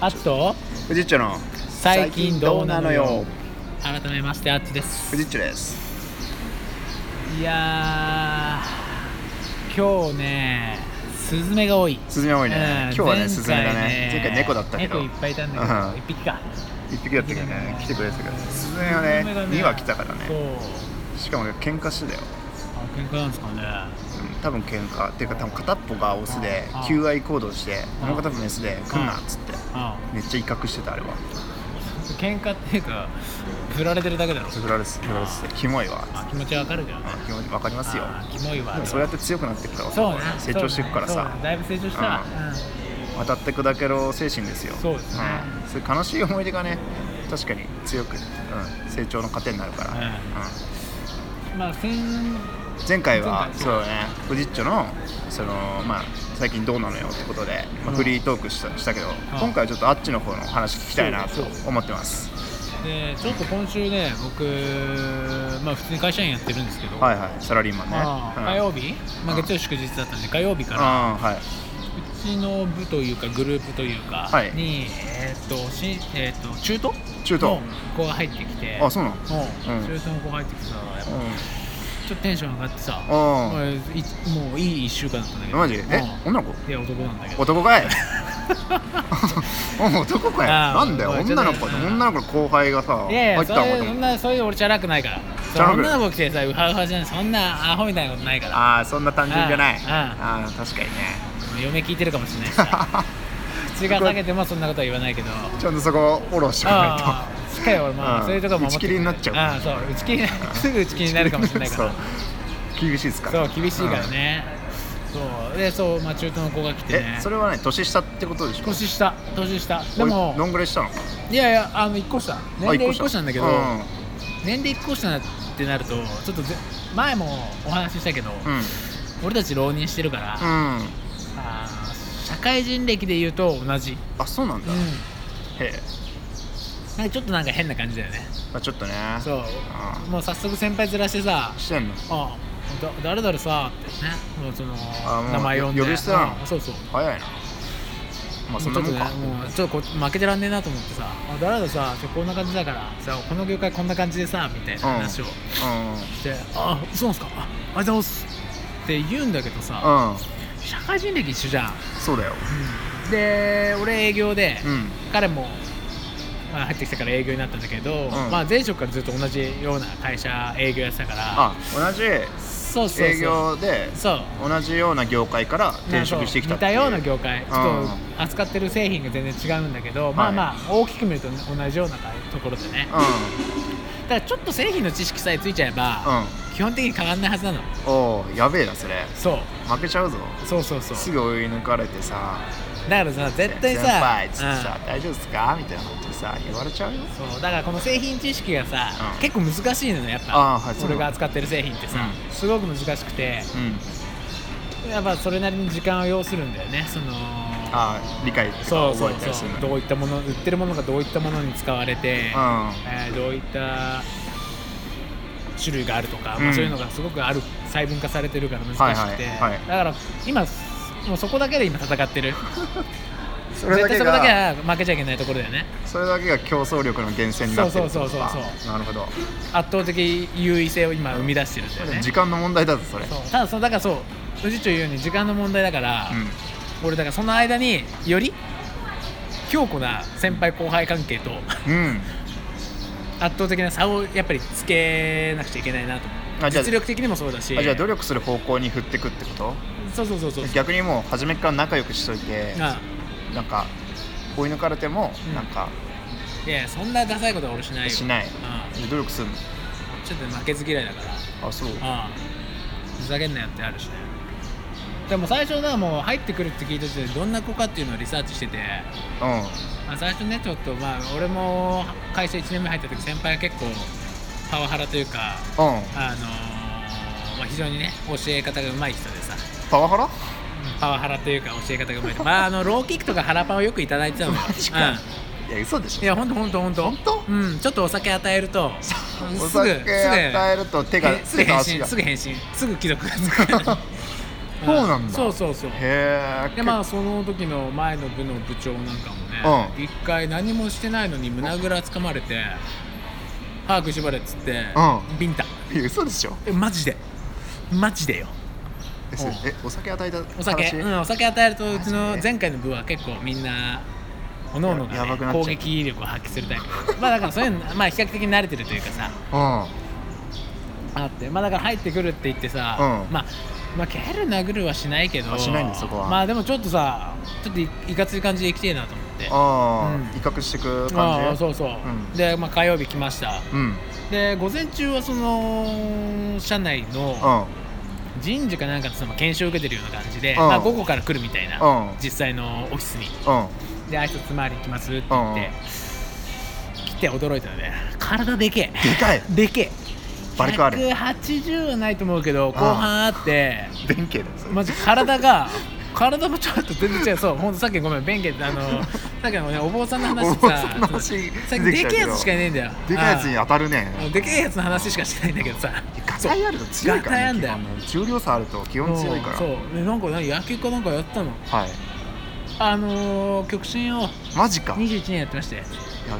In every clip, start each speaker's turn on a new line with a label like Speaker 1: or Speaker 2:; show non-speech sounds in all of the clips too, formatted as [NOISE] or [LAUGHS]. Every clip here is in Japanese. Speaker 1: アット
Speaker 2: フジッチョの
Speaker 1: 最近どうなのよ改めましてアッチで
Speaker 2: フ
Speaker 1: す
Speaker 2: ジッチョです
Speaker 1: いやー今日ねスズメが多い
Speaker 2: スズメ多いね
Speaker 1: うん
Speaker 2: 今日は
Speaker 1: 前回
Speaker 2: ねスズメだね前回猫だったけど
Speaker 1: 猫いっぱいいたんだけど、
Speaker 2: うん
Speaker 1: 一匹か
Speaker 2: 一匹だったけどね来てくれてたけどスズメはね
Speaker 1: スズメが
Speaker 2: 2羽来たからね
Speaker 1: そう
Speaker 2: しかも喧嘩してたよ、
Speaker 1: あ喧嘩なんですかね
Speaker 2: うん、多分喧嘩っていうか多分片っぽがオスで
Speaker 1: ああ
Speaker 2: 求愛行動して
Speaker 1: あ
Speaker 2: もう片っぽメスで来んなっつって
Speaker 1: あ
Speaker 2: めっちゃ威嚇してたあれは
Speaker 1: 喧嘩っていうか振られてるだけだろ
Speaker 2: つぶられすつぶられてキモいわ
Speaker 1: あ気持ちわかるじゃん
Speaker 2: あ気持ちわかりますよ
Speaker 1: あキモいわ
Speaker 2: でもそうやって強くなっていくから
Speaker 1: そうね
Speaker 2: 成長していくから
Speaker 1: そう
Speaker 2: さ
Speaker 1: ねそうねだいぶ成長したわ、
Speaker 2: 渡って砕けろ精神ですよ
Speaker 1: そうですね
Speaker 2: うんそういう悲しい思い出がね確かに強く、うん、成長の糧になるから、
Speaker 1: うん
Speaker 2: うん
Speaker 1: うんまあ先
Speaker 2: 前回は
Speaker 1: 前回
Speaker 2: そうだねフジッチョのその、まあ、最近どうなのよってことで、まあ、
Speaker 1: うん
Speaker 2: フリートークしたしたけど、今回はちょっとあっちの方の話聞きたいなと
Speaker 1: そうそう
Speaker 2: 思ってます
Speaker 1: でちょっと今週ね僕まあ普通に会社員やってるんですけど、
Speaker 2: はいはいサラリーマンね
Speaker 1: まあ
Speaker 2: うん
Speaker 1: 火曜日、まあ、
Speaker 2: うん
Speaker 1: 月曜祝日だったんで火曜日から
Speaker 2: あーはいう
Speaker 1: ちの部というかグループというか
Speaker 2: はい
Speaker 1: に、えーっとし、えーっと中東
Speaker 2: 中東
Speaker 1: の子が入ってきて
Speaker 2: あそうなの
Speaker 1: うん
Speaker 2: うん
Speaker 1: 中東の子が入ってきてさやっぱ
Speaker 2: う
Speaker 1: ちょっとテンション上がってさ
Speaker 2: ん
Speaker 1: もういもういい1週間だったんだけど
Speaker 2: マジえ
Speaker 1: うん
Speaker 2: 女の子
Speaker 1: いや男なんだけど
Speaker 2: 男
Speaker 1: [LAUGHS]
Speaker 2: かいお男かい
Speaker 1: あー
Speaker 2: なんだよ
Speaker 1: おいちょっと
Speaker 2: 女の子
Speaker 1: うん
Speaker 2: 女の子の後輩がさ
Speaker 1: いやい
Speaker 2: 入
Speaker 1: や
Speaker 2: った
Speaker 1: そ
Speaker 2: のか
Speaker 1: れ
Speaker 2: と
Speaker 1: そ
Speaker 2: 思
Speaker 1: ん
Speaker 2: っ
Speaker 1: なそういう俺チャラくないから
Speaker 2: チャラくない
Speaker 1: 女の子来てさウハウハじゃないそんなアホみたいなことないから
Speaker 2: たああそんな単純じゃない
Speaker 1: うんうん
Speaker 2: ああー確かにね [LAUGHS]
Speaker 1: 嫁聞いてるかもしれないしさ口が裂けてもそんなことは言わないけど
Speaker 2: ちゃんとそこフォローしておか
Speaker 1: あ
Speaker 2: な
Speaker 1: あしっかり俺も
Speaker 2: うん
Speaker 1: そういうとこ守って
Speaker 2: 打ち切りになっちゃう
Speaker 1: ああそう打ち切り [LAUGHS] すぐ打ち切りになるかもしれないから
Speaker 2: いと厳しいですから
Speaker 1: そう厳しいからねそうでそうまあ中東の子が来
Speaker 2: うん
Speaker 1: てね
Speaker 2: えそれはね年下ってことでしょ
Speaker 1: 年下年下でも
Speaker 2: どんぐらいしたの
Speaker 1: いやいやあの1個下年
Speaker 2: あ
Speaker 1: 齢1個下なんだけど
Speaker 2: うん
Speaker 1: 年齢1個下ってなるとちょっとぜ前もお話ししたけど
Speaker 2: うん
Speaker 1: 俺たち浪人してるからあ
Speaker 2: うん
Speaker 1: あ社会人歴で言うと同じ
Speaker 2: あそうなんだへえ
Speaker 1: なんかちょっとなんか変な感じだよね
Speaker 2: まあちょっとね
Speaker 1: そう
Speaker 2: あ
Speaker 1: もう早速先輩ずらしてさ
Speaker 2: ーしてんの
Speaker 1: 「あだ誰々さ」ってねもうその
Speaker 2: あもう
Speaker 1: 名前呼んで
Speaker 2: 呼び捨てなの
Speaker 1: うんそうそう
Speaker 2: 早いなまあそんなもん
Speaker 1: ちょ
Speaker 2: か
Speaker 1: っとねもうちょっとこう負けてらんねえなと思ってさ「あ誰々さちょこんな感じだからさこの業界こんな感じでさ」みたいな話を
Speaker 2: う
Speaker 1: して「あそうなんすかあありがとうございます」って言うんだけどさ
Speaker 2: んうん
Speaker 1: 社会人歴一緒じゃん
Speaker 2: そうだよ
Speaker 1: で俺営業で、
Speaker 2: うん
Speaker 1: 彼も、まあ、入ってきてから営業になったんだけど、
Speaker 2: ん
Speaker 1: まあ、前職からずっと同じような会社営業やってたから
Speaker 2: あ同じ
Speaker 1: そうそうそう
Speaker 2: 営業で
Speaker 1: そう
Speaker 2: 同じような業界から転職してきた
Speaker 1: 似
Speaker 2: ってい
Speaker 1: た
Speaker 2: う
Speaker 1: ような業界
Speaker 2: ん
Speaker 1: ちょっと扱ってる製品が全然違うんだけど、まあまあ大きく見ると同じようなところでね
Speaker 2: うん
Speaker 1: だからちょっと製品の知識さえついちゃえば、基本的に変わんないはずなの
Speaker 2: うんおおやべえなそれ
Speaker 1: そう
Speaker 2: 負けちゃうぞ
Speaker 1: そうそうそう
Speaker 2: すぐ追い抜かれてさ
Speaker 1: だからさ絶対さ
Speaker 2: 先輩っつって
Speaker 1: うん
Speaker 2: さ大丈夫っすかみたいなことさ言われちゃうよ
Speaker 1: そうだからこの製品知識がさ、
Speaker 2: うん
Speaker 1: 結構難しいのよやっぱ
Speaker 2: あーはいそう
Speaker 1: 俺が扱ってる製品ってさ、
Speaker 2: う
Speaker 1: すごく難しくて
Speaker 2: うん
Speaker 1: やっぱそれなりに時間を要するんだよねその
Speaker 2: あー理解と
Speaker 1: そ
Speaker 2: か
Speaker 1: うそ
Speaker 2: 覚え
Speaker 1: う
Speaker 2: たりす
Speaker 1: そ
Speaker 2: るの
Speaker 1: う
Speaker 2: に
Speaker 1: どういったもの売ってるものがどういったものに使われて、
Speaker 2: うん
Speaker 1: えーどういった種類があるとか、
Speaker 2: う
Speaker 1: まあ、
Speaker 2: ん
Speaker 1: そういうのがすごくある細分化されてるから難しくて、
Speaker 2: はいはいは
Speaker 1: だ
Speaker 2: い
Speaker 1: から今もうそこだけで今戦ってる
Speaker 2: それだけ
Speaker 1: 絶対そこだけ
Speaker 2: が
Speaker 1: は負けちゃいけないところだよね
Speaker 2: それだけが競争力の源泉になってるってことか
Speaker 1: そうそうそうそ
Speaker 2: なるほど
Speaker 1: 圧倒的優位性を今生み出してるんだよね
Speaker 2: 時間の問題だぞそれ
Speaker 1: そうただそうだからそう藤長言うように時間の問題だから、
Speaker 2: うん
Speaker 1: 俺だからその間により強固な先輩後輩関係と
Speaker 2: うん
Speaker 1: 圧倒的な差をやっぱりつけなくちゃいけないなと思
Speaker 2: あ
Speaker 1: う
Speaker 2: じゃあ
Speaker 1: 実力的にもそうだし
Speaker 2: あじゃあ努力する方向に振ってくってこと
Speaker 1: そうそうそうそう
Speaker 2: 逆にもう初めから仲良くしといて
Speaker 1: あ
Speaker 2: なんか追い抜かれても
Speaker 1: うん
Speaker 2: なんか
Speaker 1: いやいやそんなダサいことは俺しないよ
Speaker 2: しない
Speaker 1: うん
Speaker 2: 努力するの
Speaker 1: ちょっと負けず嫌いだから
Speaker 2: あそう
Speaker 1: ああふざけんなよってあるしねでも最初はもう入ってくるって聞いた時点でどんな子かっていうのをリサーチしてて
Speaker 2: う
Speaker 1: まあ、最初ねちょっとまあ俺も会社1年目入った時先輩が結構パワハラというか
Speaker 2: んうん
Speaker 1: あのーまあ、非常にね教え方がうまい人でさ
Speaker 2: パワハラ
Speaker 1: パワハラというか教え方がうまい人まああのローキックとか腹パンをよくいただいてたの [LAUGHS] よ、う
Speaker 2: いや嘘でし
Speaker 1: ん、い
Speaker 2: ょ
Speaker 1: やほんとほんとほんと
Speaker 2: 本当
Speaker 1: うんちょっとお酒与えるとすぐ
Speaker 2: お
Speaker 1: すぐ
Speaker 2: 酒与えると手が
Speaker 1: すぐ
Speaker 2: 手と
Speaker 1: 返
Speaker 2: 足
Speaker 1: 信
Speaker 2: が
Speaker 1: すぐ返信すぐ既読がつくう
Speaker 2: [LAUGHS] そうなんだ
Speaker 1: そうそうそう
Speaker 2: へえ
Speaker 1: [LAUGHS] でまあその時の前の部の部長なんかもね、
Speaker 2: うん
Speaker 1: 一回何もしてないのに胸ぐらつかまれて「歯く縛れ」っつって、
Speaker 2: うん
Speaker 1: ビンタ
Speaker 2: いや嘘でしょ
Speaker 1: えマジでマジでよ
Speaker 2: えそれえお酒与えた話
Speaker 1: お酒、うん、お酒与えるとうちの前回の部は結構みんな各々
Speaker 2: や
Speaker 1: が、
Speaker 2: ば
Speaker 1: ね
Speaker 2: くなっちゃう
Speaker 1: 攻撃力を発揮するタイプまあだからそういうのまあ比較的慣れてるというかさ
Speaker 2: うん
Speaker 1: あってまあだから入ってくるって言ってさ、
Speaker 2: うん
Speaker 1: まあまあ蹴る殴るはしないけど
Speaker 2: あしないんだそこは
Speaker 1: まあでもちょっとさちょっといいかつい感じで行きてえなと思って
Speaker 2: ああ、
Speaker 1: うん
Speaker 2: 威嚇してく感じ
Speaker 1: ああそうそう、
Speaker 2: ん
Speaker 1: で、まあ、火曜日来ました
Speaker 2: うん
Speaker 1: で午前中はその社内
Speaker 2: う
Speaker 1: の
Speaker 2: ん
Speaker 1: 人事かなんかその研修受けてるような感じで、
Speaker 2: うん
Speaker 1: まあ、午後から来るみたいな、
Speaker 2: うん
Speaker 1: 実際のオフィスに
Speaker 2: うん
Speaker 1: で挨拶回り行きますって言って、来て驚いたのね体でけ
Speaker 2: でかい
Speaker 1: えでけえ
Speaker 2: バリカール
Speaker 1: 180はないと思うけど後
Speaker 2: ん
Speaker 1: 半あって
Speaker 2: 弁慶だよそれ
Speaker 1: マジ体が体もちょっと全然違うそうほんとさっきごめん弁慶ってあのさっきのねお坊さんの話
Speaker 2: お
Speaker 1: さ
Speaker 2: 坊さんの話
Speaker 1: さっきで
Speaker 2: 出てきたけど
Speaker 1: けえやつしかいないんだよ
Speaker 2: でかいやつに
Speaker 1: あ
Speaker 2: 当たるね
Speaker 1: あでけえやつの話しかしてないんだけどさ
Speaker 2: ガタイあると強いか
Speaker 1: ガタイあ
Speaker 2: ら
Speaker 1: ん
Speaker 2: ね
Speaker 1: だ
Speaker 2: 基
Speaker 1: よ
Speaker 2: 本ね重量差あると基本強いから
Speaker 1: そうでなんか何野球かなんかやってたの
Speaker 2: はい
Speaker 1: あのー、極真を
Speaker 2: マジか
Speaker 1: 21年やってまして
Speaker 2: や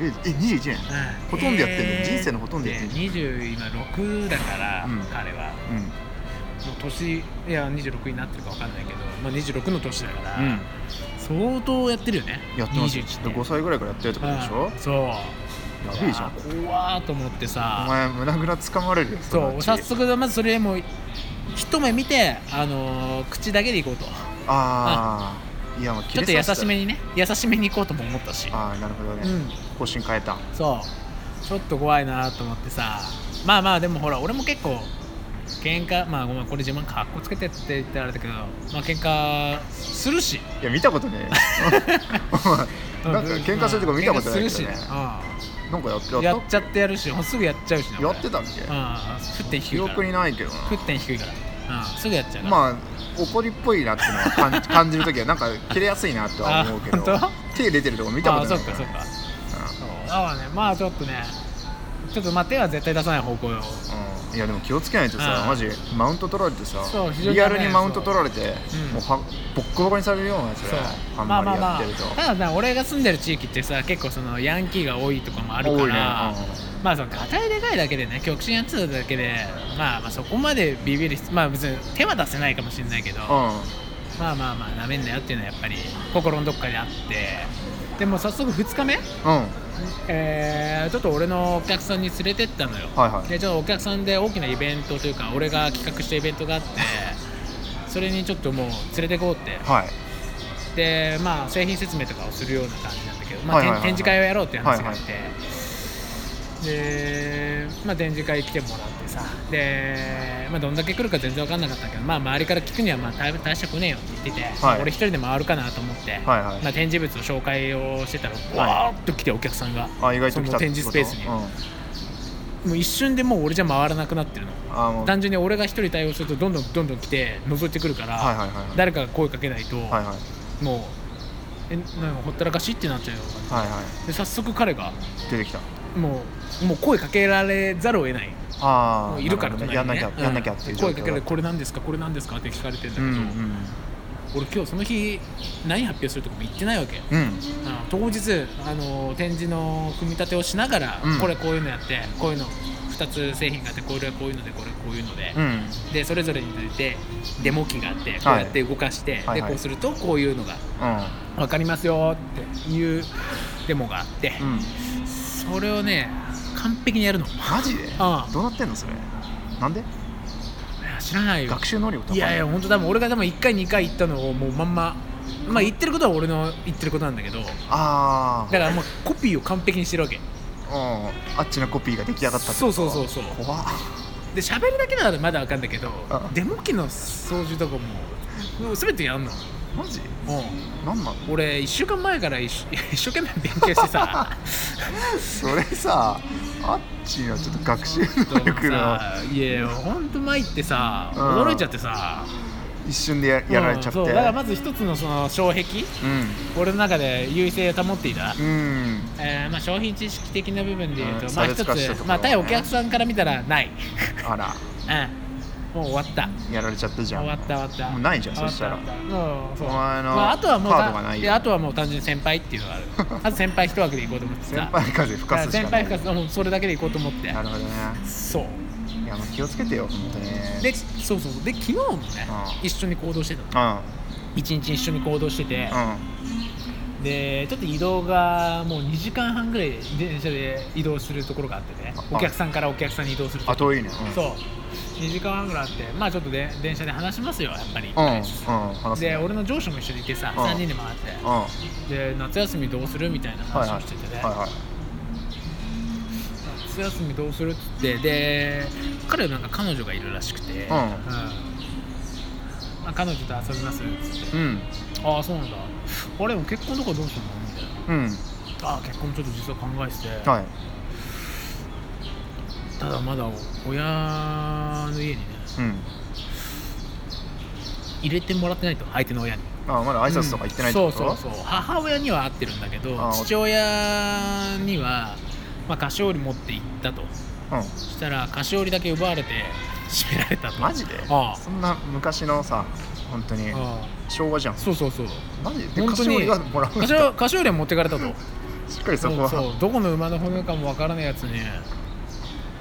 Speaker 2: べええ21年ほとんどやってんの人生のほとんどやってんの
Speaker 1: 二十今6だから、
Speaker 2: うん
Speaker 1: 彼はも
Speaker 2: うん
Speaker 1: う年いや26になってるかわかんないけど、まあ、26の年だから、
Speaker 2: うん
Speaker 1: 相当やってるよね
Speaker 2: やってますよ
Speaker 1: 21年
Speaker 2: 5歳ぐらいからやってるってことでしょ
Speaker 1: うんそう
Speaker 2: やべえじゃん
Speaker 1: ん怖ーと思って
Speaker 2: お
Speaker 1: さ
Speaker 2: 前胸ぐらつかまれるよ
Speaker 1: そ
Speaker 2: の
Speaker 1: う
Speaker 2: ち
Speaker 1: 早速まずそれもう一目見て、あのー口だけでいこうと
Speaker 2: ああいやもう
Speaker 1: ちょっと優しめ
Speaker 2: に
Speaker 1: にね優しめに行こうとも思ったし
Speaker 2: ああなるほどね
Speaker 1: うん
Speaker 2: 方針変えた
Speaker 1: そうちょっと怖いなと思ってさまあまあでもほら俺も結構喧嘩まあごめんこれ自分かっこつけてって言ったらあれだけどまあ喧嘩するし
Speaker 2: いや見たことねえお前なんか喧嘩するとこ見たことない
Speaker 1: 喧嘩
Speaker 2: けどね
Speaker 1: するし [LAUGHS]
Speaker 2: なんかやって
Speaker 1: うん
Speaker 2: や
Speaker 1: や
Speaker 2: っ
Speaker 1: ったちゃってやるしすぐやっちゃうしな
Speaker 2: やって
Speaker 1: た
Speaker 2: たっけ
Speaker 1: うん沸点低
Speaker 2: 記
Speaker 1: いから
Speaker 2: 憶にないけどな
Speaker 1: 沸点低いからうんすぐやっちゃうから
Speaker 2: まあ怒りっぽいなっていうのは感
Speaker 1: [LAUGHS]
Speaker 2: じ感じるときはなんか切れやすいなとは思うけど
Speaker 1: あ本
Speaker 2: 手出てるとこ見たことない
Speaker 1: あそっかそっか
Speaker 2: ら
Speaker 1: そうだからねまあちょっとねちょっとまあ手は絶対出さない方向よ
Speaker 2: うんいやでも気をつけないとさ
Speaker 1: うん
Speaker 2: マジマウント取られてさ
Speaker 1: そう非常にね
Speaker 2: リアルにマウント取られて
Speaker 1: うん
Speaker 2: もうはボッコボコにされるようなやつ
Speaker 1: そう
Speaker 2: あんまりやってると
Speaker 1: まあまあまあ、ただね俺が住んでる地域ってさ結構そのヤンキーが多いとかもあるか
Speaker 2: 多いね
Speaker 1: ら、
Speaker 2: う
Speaker 1: まあそのガタイでかいだけでね極真やってただけで、まあ、まあそこまでビビる必まあ別に手は出せないかもしれないけど、
Speaker 2: うん
Speaker 1: まあまあまあなめんなよっていうのはやっぱり心のどっかにあってでも早速2日目、
Speaker 2: うん
Speaker 1: えーちょっと俺のお客さんに連れてったのよ、
Speaker 2: はいはい
Speaker 1: でちょっとお客さんで大きなイベントというか俺が企画したイベントがあってそれにちょっともう連れてこうって
Speaker 2: はい
Speaker 1: でまあ製品説明とかをするような感じなんだけど、まあ
Speaker 2: はいはいはいはい
Speaker 1: 展展示会をやろうっていう話があって、で、まあ、展示会来てもらってさで、まあ、どんだけ来るか全然分かんなかったけど、まあ、周りから聞くにはまあ大大したくねえよって言ってて、まあ俺一人で回るかなと思って、
Speaker 2: はいはい
Speaker 1: まあ、展示物の紹介をしてたら
Speaker 2: い
Speaker 1: わーっと来てお客さんが、
Speaker 2: あ意外と
Speaker 1: そ
Speaker 2: 来た
Speaker 1: の展
Speaker 2: ってこと
Speaker 1: 示スペースに、
Speaker 2: うん
Speaker 1: もう一瞬でもう俺じゃ回らなくなってるの。
Speaker 2: あもう
Speaker 1: 単純に俺が一人対応するとどんどんどんどん来て覗いてくるから、
Speaker 2: はいはいはいはい
Speaker 1: 誰かが声かけないと、
Speaker 2: はいはい
Speaker 1: もうえなんかほったらかしってなっちゃうよ
Speaker 2: はいはい
Speaker 1: で早速彼が
Speaker 2: 出てきた
Speaker 1: もうもう声かけられざるを得ない
Speaker 2: あ
Speaker 1: も
Speaker 2: あ
Speaker 1: ういるから
Speaker 2: ね
Speaker 1: 隣
Speaker 2: やん
Speaker 1: に
Speaker 2: な
Speaker 1: ね
Speaker 2: きゃ
Speaker 1: う
Speaker 2: やんなきゃっていう状況
Speaker 1: 声かけられこれなんですかこれなんですかって聞かれてんだけ
Speaker 2: う
Speaker 1: ど、
Speaker 2: ん
Speaker 1: 俺今日その日何発表するとかも言ってないわけ、うん
Speaker 2: うんうん
Speaker 1: 当日あの展示の組み立てをしながら、
Speaker 2: うん
Speaker 1: これこういうのやってこういうの2つ製品があってこれはこういうのでこれはこういうので、
Speaker 2: うん
Speaker 1: でそれぞれについてデモ機があってこうやって動かして、
Speaker 2: はい
Speaker 1: で
Speaker 2: はい
Speaker 1: こうするとこういうのが
Speaker 2: う
Speaker 1: 分かりますよっていうデモがあって、
Speaker 2: んうん
Speaker 1: それをね完璧にやるの
Speaker 2: マジで
Speaker 1: ああ
Speaker 2: どうなってんのそれなんで
Speaker 1: いや知らないよ
Speaker 2: 学習能力高
Speaker 1: い
Speaker 2: い
Speaker 1: やいや本当多分俺が多分1回2回行ったのをもうまんままあ言ってることは俺の言ってることなんだけどだ
Speaker 2: あ
Speaker 1: からもうコピーを完璧にしてるわけ
Speaker 2: あうんあっちのコピーが出来上がったって
Speaker 1: そうそうそうそう
Speaker 2: 怖っ
Speaker 1: で喋るだけならまだ分かんだけど
Speaker 2: あ
Speaker 1: デモ機の操縦とかももう全てやんの
Speaker 2: マジ
Speaker 1: う
Speaker 2: なんなん
Speaker 1: ん俺1週間前から一生 [LAUGHS] 一生懸命勉強して
Speaker 2: [LAUGHS]
Speaker 1: さ
Speaker 2: それさあっちのちょっと学習
Speaker 1: どう
Speaker 2: 能
Speaker 1: も
Speaker 2: 力の
Speaker 1: さ [LAUGHS] いやいやほんと参ってさ
Speaker 2: うん
Speaker 1: 驚いちゃってさ
Speaker 2: 一瞬でややられちゃって
Speaker 1: うんそうだからまず一つのその障壁俺の中で優位性を保っていた
Speaker 2: うんうん
Speaker 1: えーまあ、商品知識的な部分でいうと、
Speaker 2: うん
Speaker 1: まあ
Speaker 2: 差
Speaker 1: 一
Speaker 2: 別
Speaker 1: つ
Speaker 2: 化したところはね
Speaker 1: まあ、対お客さんから見たらない、
Speaker 2: あら
Speaker 1: うん、もう終わった
Speaker 2: やられちゃったじゃ
Speaker 1: 終わ
Speaker 2: ん
Speaker 1: った終わった
Speaker 2: もうないじゃん
Speaker 1: 終わっ
Speaker 2: そしたら
Speaker 1: 終わったもうそう
Speaker 2: お前の
Speaker 1: まあ、あとはもうた
Speaker 2: カードがないよ
Speaker 1: やあとはもう単純に先輩っていうのがあ
Speaker 2: [LAUGHS]
Speaker 1: るまず先輩一枠で行こうと思ってさ
Speaker 2: 先輩風吹かすし
Speaker 1: 先
Speaker 2: かな
Speaker 1: 輩
Speaker 2: い
Speaker 1: 深さもうそれだけで行こうと思って
Speaker 2: なるほどね
Speaker 1: そう
Speaker 2: いやもう気をつけてよ本当に
Speaker 1: でそうそうそうで昨日もね
Speaker 2: うん
Speaker 1: 一緒に行動してたの
Speaker 2: うん
Speaker 1: 一日一緒に行動してて
Speaker 2: うん
Speaker 1: でちょっと移動がもう2時間半ぐらい電車で移動するところがあってね
Speaker 2: あ
Speaker 1: お客さんからお客さんに移動すると
Speaker 2: あ遠いねうん
Speaker 1: そう2時間半ぐらいあってまあちょっとで電車で話しますよやっぱり、
Speaker 2: うんうん話す
Speaker 1: で
Speaker 2: ね
Speaker 1: 俺の上司も一緒にいてさ
Speaker 2: うん
Speaker 1: 3人で回っ
Speaker 2: うんはい
Speaker 1: てで夏休みどうするみたいな
Speaker 2: はい
Speaker 1: 話をしててね、
Speaker 2: はいはい
Speaker 1: 夏休みどうするっつってで彼はなんか彼女がいるらしくて、
Speaker 2: うん
Speaker 1: まあ、彼女と遊びますっつって
Speaker 2: うん
Speaker 1: ああそうなんだあれも結婚とかどうするのみたいな
Speaker 2: うん
Speaker 1: ああ結婚ちょっと実は考えてて、
Speaker 2: はい
Speaker 1: ただまだ親の家にね
Speaker 2: うん
Speaker 1: 入れてもらってないと相手の親に
Speaker 2: あまだ挨拶とか行ってないって
Speaker 1: う
Speaker 2: こ
Speaker 1: ん
Speaker 2: と
Speaker 1: そうそうそう母親には会ってるんだけど
Speaker 2: あー
Speaker 1: 父親には、まあ、菓子折り持って行ったとそしたら菓子折りだけ奪われて閉められた
Speaker 2: う
Speaker 1: と
Speaker 2: んマジで
Speaker 1: ああ
Speaker 2: そんな昔のさ本当に
Speaker 1: ああ
Speaker 2: 昭和じゃん
Speaker 1: そうそうそう
Speaker 2: マジで
Speaker 1: 本
Speaker 2: 菓
Speaker 1: 当
Speaker 2: 子折
Speaker 1: に
Speaker 2: りがもらうん
Speaker 1: 菓子
Speaker 2: だ
Speaker 1: 菓子折りは持ってかれたと
Speaker 2: しっかりそ
Speaker 1: そ
Speaker 2: こ
Speaker 1: う
Speaker 2: は
Speaker 1: そうどこの馬の骨かもわからないやつに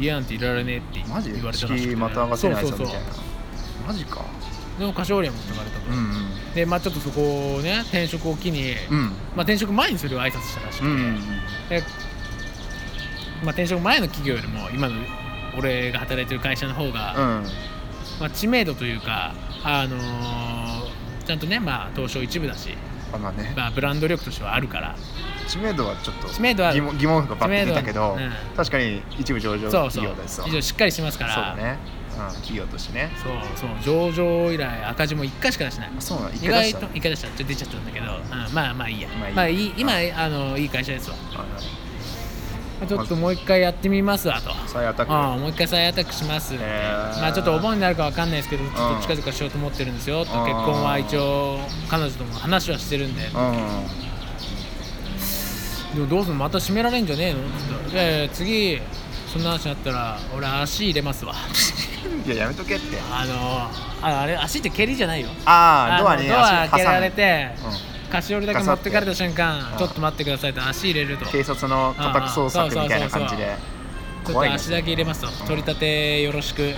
Speaker 1: 家なんていられねえって
Speaker 2: マジ
Speaker 1: 言われたらしく
Speaker 2: 敷
Speaker 1: て
Speaker 2: 居また上がってない
Speaker 1: そう
Speaker 2: ぞ
Speaker 1: そうそ
Speaker 2: み
Speaker 1: う
Speaker 2: たいなマジか
Speaker 1: でも菓子折りは持ってかれたと、
Speaker 2: うん
Speaker 1: でまあちょっとそこをね転職を機に、
Speaker 2: うん
Speaker 1: まあ、転職前にそれを挨拶したらしくて、
Speaker 2: うんうん
Speaker 1: で、まあ、転職前の企業よりも今の俺が働いてる会社の方が、
Speaker 2: うん
Speaker 1: まあ、知名度というか、あのーちゃんとね、まあ、東証一部だし、
Speaker 2: あまあね
Speaker 1: まあ、ブランド力としてはあるから
Speaker 2: 知名度はちょっと
Speaker 1: 知名度は
Speaker 2: 疑問疑問符がバッて出たけ
Speaker 1: 知
Speaker 2: ど、
Speaker 1: 名度は
Speaker 2: 確かに一部上場
Speaker 1: そうそ
Speaker 2: 企
Speaker 1: う
Speaker 2: 業ですわ
Speaker 1: 以上しっかりしてますから
Speaker 2: そうだね、うん、企業としてね
Speaker 1: そうそう上場以来赤字も1回しか出してない
Speaker 2: あそうなの一
Speaker 1: 意
Speaker 2: 回出
Speaker 1: 外
Speaker 2: した
Speaker 1: と
Speaker 2: の
Speaker 1: 1回出しちゃって出ちゃったんだけど、うんまあまあいいや
Speaker 2: まあいい
Speaker 1: まあいい今
Speaker 2: は
Speaker 1: あのいい会社ですわ
Speaker 2: はいはい
Speaker 1: ちょっともう一回やってみますわと
Speaker 2: 再アタッ
Speaker 1: うん、もう一回再アタックします、
Speaker 2: クへー
Speaker 1: まあちょっとお盆になるかわかんないですけどちょっと近々しようと思ってるんですよ、と
Speaker 2: うん
Speaker 1: 結婚は一応彼女とも話はしてるんで、
Speaker 2: う
Speaker 1: でもどうすんのまた閉められんじゃねえのって言ったらいやいや次そんな話になったら俺足入れますわ
Speaker 2: んいややめとけって
Speaker 1: あのああれ足って蹴りじゃないよ
Speaker 2: ああ
Speaker 1: の
Speaker 2: ドアに
Speaker 1: ドア
Speaker 2: 足
Speaker 1: 開け
Speaker 2: 挟
Speaker 1: ら
Speaker 2: ん
Speaker 1: れ
Speaker 2: で、
Speaker 1: て
Speaker 2: う
Speaker 1: 菓子折りだけ持ってかれた瞬間
Speaker 2: うん
Speaker 1: ちょっと待ってくださいと足入れると
Speaker 2: ん、警察の家宅捜索みたいな感じで
Speaker 1: ちょっと
Speaker 2: 怖いね
Speaker 1: 足だけ入れますと、
Speaker 2: ん
Speaker 1: 取り立てよろし
Speaker 2: [LAUGHS]
Speaker 1: く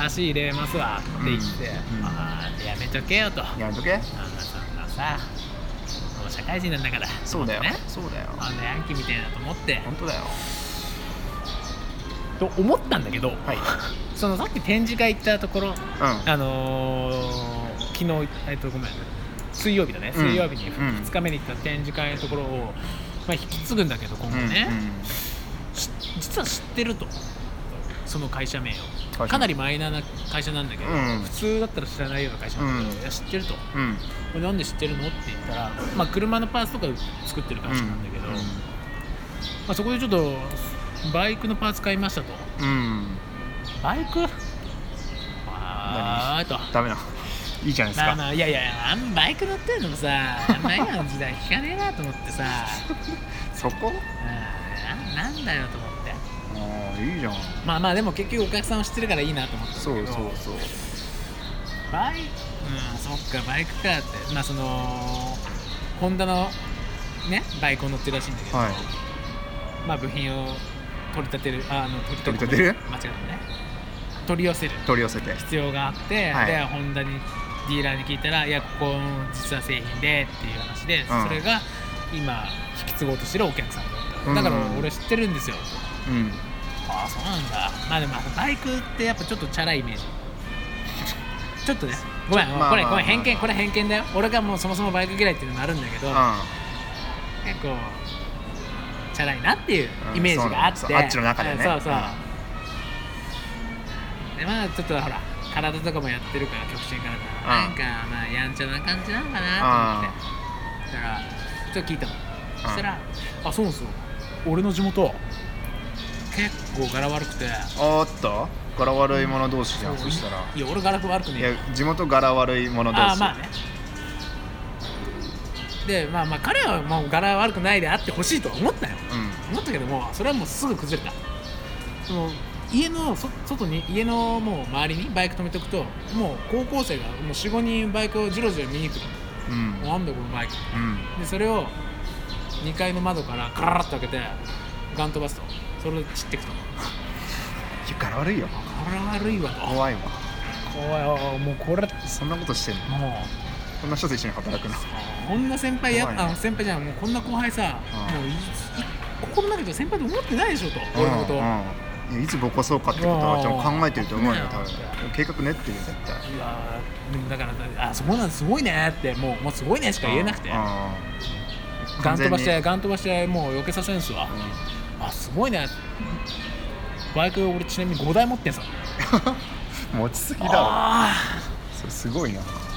Speaker 1: 足入れますわって言って、
Speaker 2: うんうん
Speaker 1: ああやめとけよとあ
Speaker 2: やめとけ
Speaker 1: あそんなさもう社会人なんだから
Speaker 2: そうだよ、
Speaker 1: ね
Speaker 2: そうだよ
Speaker 1: あんなヤンキーみたいだと思って
Speaker 2: 本当だよ
Speaker 1: と思ったんだけど、
Speaker 2: [LAUGHS] はい
Speaker 1: そのさっき展示会行ったところ
Speaker 2: う
Speaker 1: あのー昨日えっとごめん水曜日だね
Speaker 2: うん
Speaker 1: 水曜日に
Speaker 2: うん
Speaker 1: 2日目に行った展示会のところを、まあ、引き継ぐんだけど今後
Speaker 2: ん、
Speaker 1: ね、
Speaker 2: うん
Speaker 1: し実は知ってるとその会社名
Speaker 2: 社名
Speaker 1: をかなりマイナーな会社なんだけど、
Speaker 2: うん
Speaker 1: 普通だったら知らないような会社なんだけど、
Speaker 2: うん
Speaker 1: いや知ってるとこ
Speaker 2: うんう
Speaker 1: れ
Speaker 2: ん
Speaker 1: なんで知ってるのって言ったら、まあ、車のパーツとか作ってる会社なんだけど、まあ、そこでちょっとバイクのパーツ買いましたと
Speaker 2: うん、うん、
Speaker 1: バイクあーと
Speaker 2: ダメないいじゃないです
Speaker 1: まあ
Speaker 2: か、
Speaker 1: まあいやいやあんバイク乗ってるのもさあんま今の時代聞かねえなと思
Speaker 2: [LAUGHS]
Speaker 1: ってさ
Speaker 2: そ
Speaker 1: う
Speaker 2: こ
Speaker 1: んななんだよと思って
Speaker 2: ああいいじゃん
Speaker 1: まあまあでも結局お客さんを知ってるからいいなと思ってたんだ
Speaker 2: そ
Speaker 1: け
Speaker 2: う
Speaker 1: ど
Speaker 2: そうそう
Speaker 1: バイうんそっかバイクかってまあそのホンダのねバイクを乗ってるらしいんだけど、
Speaker 2: はい
Speaker 1: まあ部品を取り立てるああの
Speaker 2: 取り立てる
Speaker 1: 間違えたね取り寄せる
Speaker 2: 取り寄せて
Speaker 1: 必要があって、
Speaker 2: はい
Speaker 1: でホンダにディーラーに聞いたらいやここ実は製品でっていう話で、
Speaker 2: うん
Speaker 1: それが今引き継ごうとしてるお客さんだった、
Speaker 2: うん
Speaker 1: だから俺知ってるんですよ
Speaker 2: うん
Speaker 1: ああそうなんだまあでもバイクってやっぱちょっとチャラいイ
Speaker 2: [LAUGHS]
Speaker 1: メージちょっとねごめん、
Speaker 2: ちょまあ
Speaker 1: これ
Speaker 2: まあ
Speaker 1: これ偏
Speaker 2: まあ
Speaker 1: 見これ偏見だよ俺がもうそもそもバイク嫌いっていうのもあるんだけど、
Speaker 2: う
Speaker 1: 結構チャラいなっていうイメージがあって、
Speaker 2: うんそうなんですそうあっちの中でね
Speaker 1: うんそうそう、でまあちょっとほら体とかもやってるから極真からな,、
Speaker 2: うん
Speaker 1: ん、なんかまあやんちゃな感じなのかなと思ってそしたらちょっと聞いたの、そしたら「あそうなんですよ俺の地元結構柄悪くて」
Speaker 2: んおーっと柄悪い者同士じゃん、
Speaker 1: そう
Speaker 2: そしたら
Speaker 1: いや俺柄悪くね
Speaker 2: い
Speaker 1: え
Speaker 2: や
Speaker 1: よ
Speaker 2: 地元柄悪い者同士
Speaker 1: ああまあねでまあまあ彼はもう柄悪くないであってほしいとは思ったよ
Speaker 2: うん
Speaker 1: 思ったけどもそれはもうすぐ崩れたその家のそ外に家のもう周りにバイク止めておくともう高校生がもう45人バイクをじろじろ見に行く
Speaker 2: うん
Speaker 1: のなんだこのバイク
Speaker 2: うん
Speaker 1: でそれを2階の窓からカラッと開けてガン飛ばすとそれで散っていくと
Speaker 2: 床悪いよ
Speaker 1: あこれは悪いわと
Speaker 2: 怖いわ
Speaker 1: 怖いもうこれもう
Speaker 2: そんなことしてんのこんな人と一緒に働くの
Speaker 1: こんな先輩や、
Speaker 2: 怖いね
Speaker 1: あ先輩じゃんもうこんな後輩さ、
Speaker 2: うん
Speaker 1: もういい心の中では先輩と思ってないでしょと、俺のこと、
Speaker 2: うん
Speaker 1: うわ
Speaker 2: うんいやいつぼこそうかってことはちょっと考えてると思うよ
Speaker 1: うん
Speaker 2: 多分計画練ってるよ絶対
Speaker 1: ーでもだからあそうなんすごいねってもうもうすごいねしか言えなくて、
Speaker 2: うん
Speaker 1: ガン飛ばし
Speaker 2: 完全
Speaker 1: て
Speaker 2: に
Speaker 1: ガン飛ばしてもう避けさせるんすわ、あすごいねバイク俺ちなみに5台持ってんすよ
Speaker 2: うん持ちすぎだ
Speaker 1: あ
Speaker 2: ろそれすごいな
Speaker 1: ー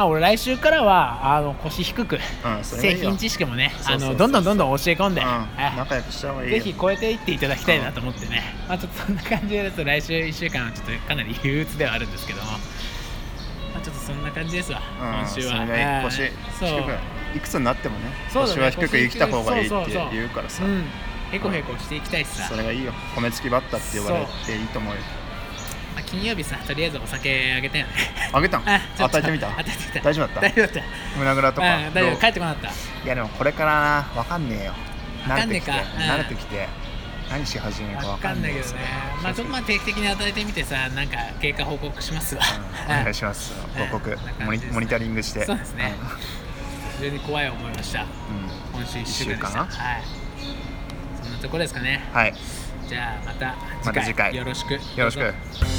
Speaker 1: あ俺来週からはあの腰低く、
Speaker 2: うんそれ
Speaker 1: 製
Speaker 2: いいよ
Speaker 1: 品知識もね
Speaker 2: そうそ
Speaker 1: あ
Speaker 2: うそう
Speaker 1: のどんどんどんどん教え込んで、
Speaker 2: うん
Speaker 1: は
Speaker 2: 仲良くした方がい
Speaker 1: い
Speaker 2: いよ
Speaker 1: ぜひ超えていっていただきたいなと思ってね、まあ、ちょっとそんな感じでちょっと来週1週間はちょっとかなり憂鬱ではあるんですけども、まあ、ちょっとそんな感じですわ、
Speaker 2: うん
Speaker 1: 今週は
Speaker 2: それがいい腰
Speaker 1: はいそう
Speaker 2: 低くいくつになってもね
Speaker 1: そうだね
Speaker 2: 腰は低く生きた方がいいっ
Speaker 1: そう
Speaker 2: て
Speaker 1: そうそう
Speaker 2: 言うからさ
Speaker 1: うんへこへこしていきたいしさ
Speaker 2: それがいいよ米付きバッタって呼ばれていいと思うよ
Speaker 1: まあ、金曜日さとりあえずお酒あげ
Speaker 2: [LAUGHS]
Speaker 1: たよね
Speaker 2: あげたん
Speaker 1: あちょっと
Speaker 2: 与えてみた
Speaker 1: 与えてみた
Speaker 2: 大丈夫だっ
Speaker 1: 大
Speaker 2: た
Speaker 1: 丈夫だった
Speaker 2: 胸ぐらとか
Speaker 1: うん大丈
Speaker 2: ど
Speaker 1: 夫
Speaker 2: う
Speaker 1: 帰ってこなかった
Speaker 2: いやでもこれからなわかんねえよ
Speaker 1: わか
Speaker 2: 慣
Speaker 1: ん
Speaker 2: れ
Speaker 1: ねえ
Speaker 2: てき
Speaker 1: か
Speaker 2: て慣れ
Speaker 1: うん
Speaker 2: てきて何し始めるかわ
Speaker 1: わ
Speaker 2: か
Speaker 1: か
Speaker 2: ん
Speaker 1: んな
Speaker 2: な
Speaker 1: いい
Speaker 2: で
Speaker 1: け
Speaker 2: す
Speaker 1: ど
Speaker 2: ね
Speaker 1: ね、まあ、ちょっとまあ定期的に与えてみてさ、なんか経過報告しますわ。
Speaker 2: うんお願いします
Speaker 1: うん
Speaker 2: 報告
Speaker 1: そんな感
Speaker 2: モニ
Speaker 1: じですね
Speaker 2: モニタリングして
Speaker 1: そうですね非常に怖い思いをした、
Speaker 2: うんうん
Speaker 1: 今週1週間でした。
Speaker 2: 一週
Speaker 1: はい、そんなところですかね。
Speaker 2: はい
Speaker 1: じゃあまた
Speaker 2: また次回
Speaker 1: よろしく。
Speaker 2: よろしく
Speaker 1: どうぞ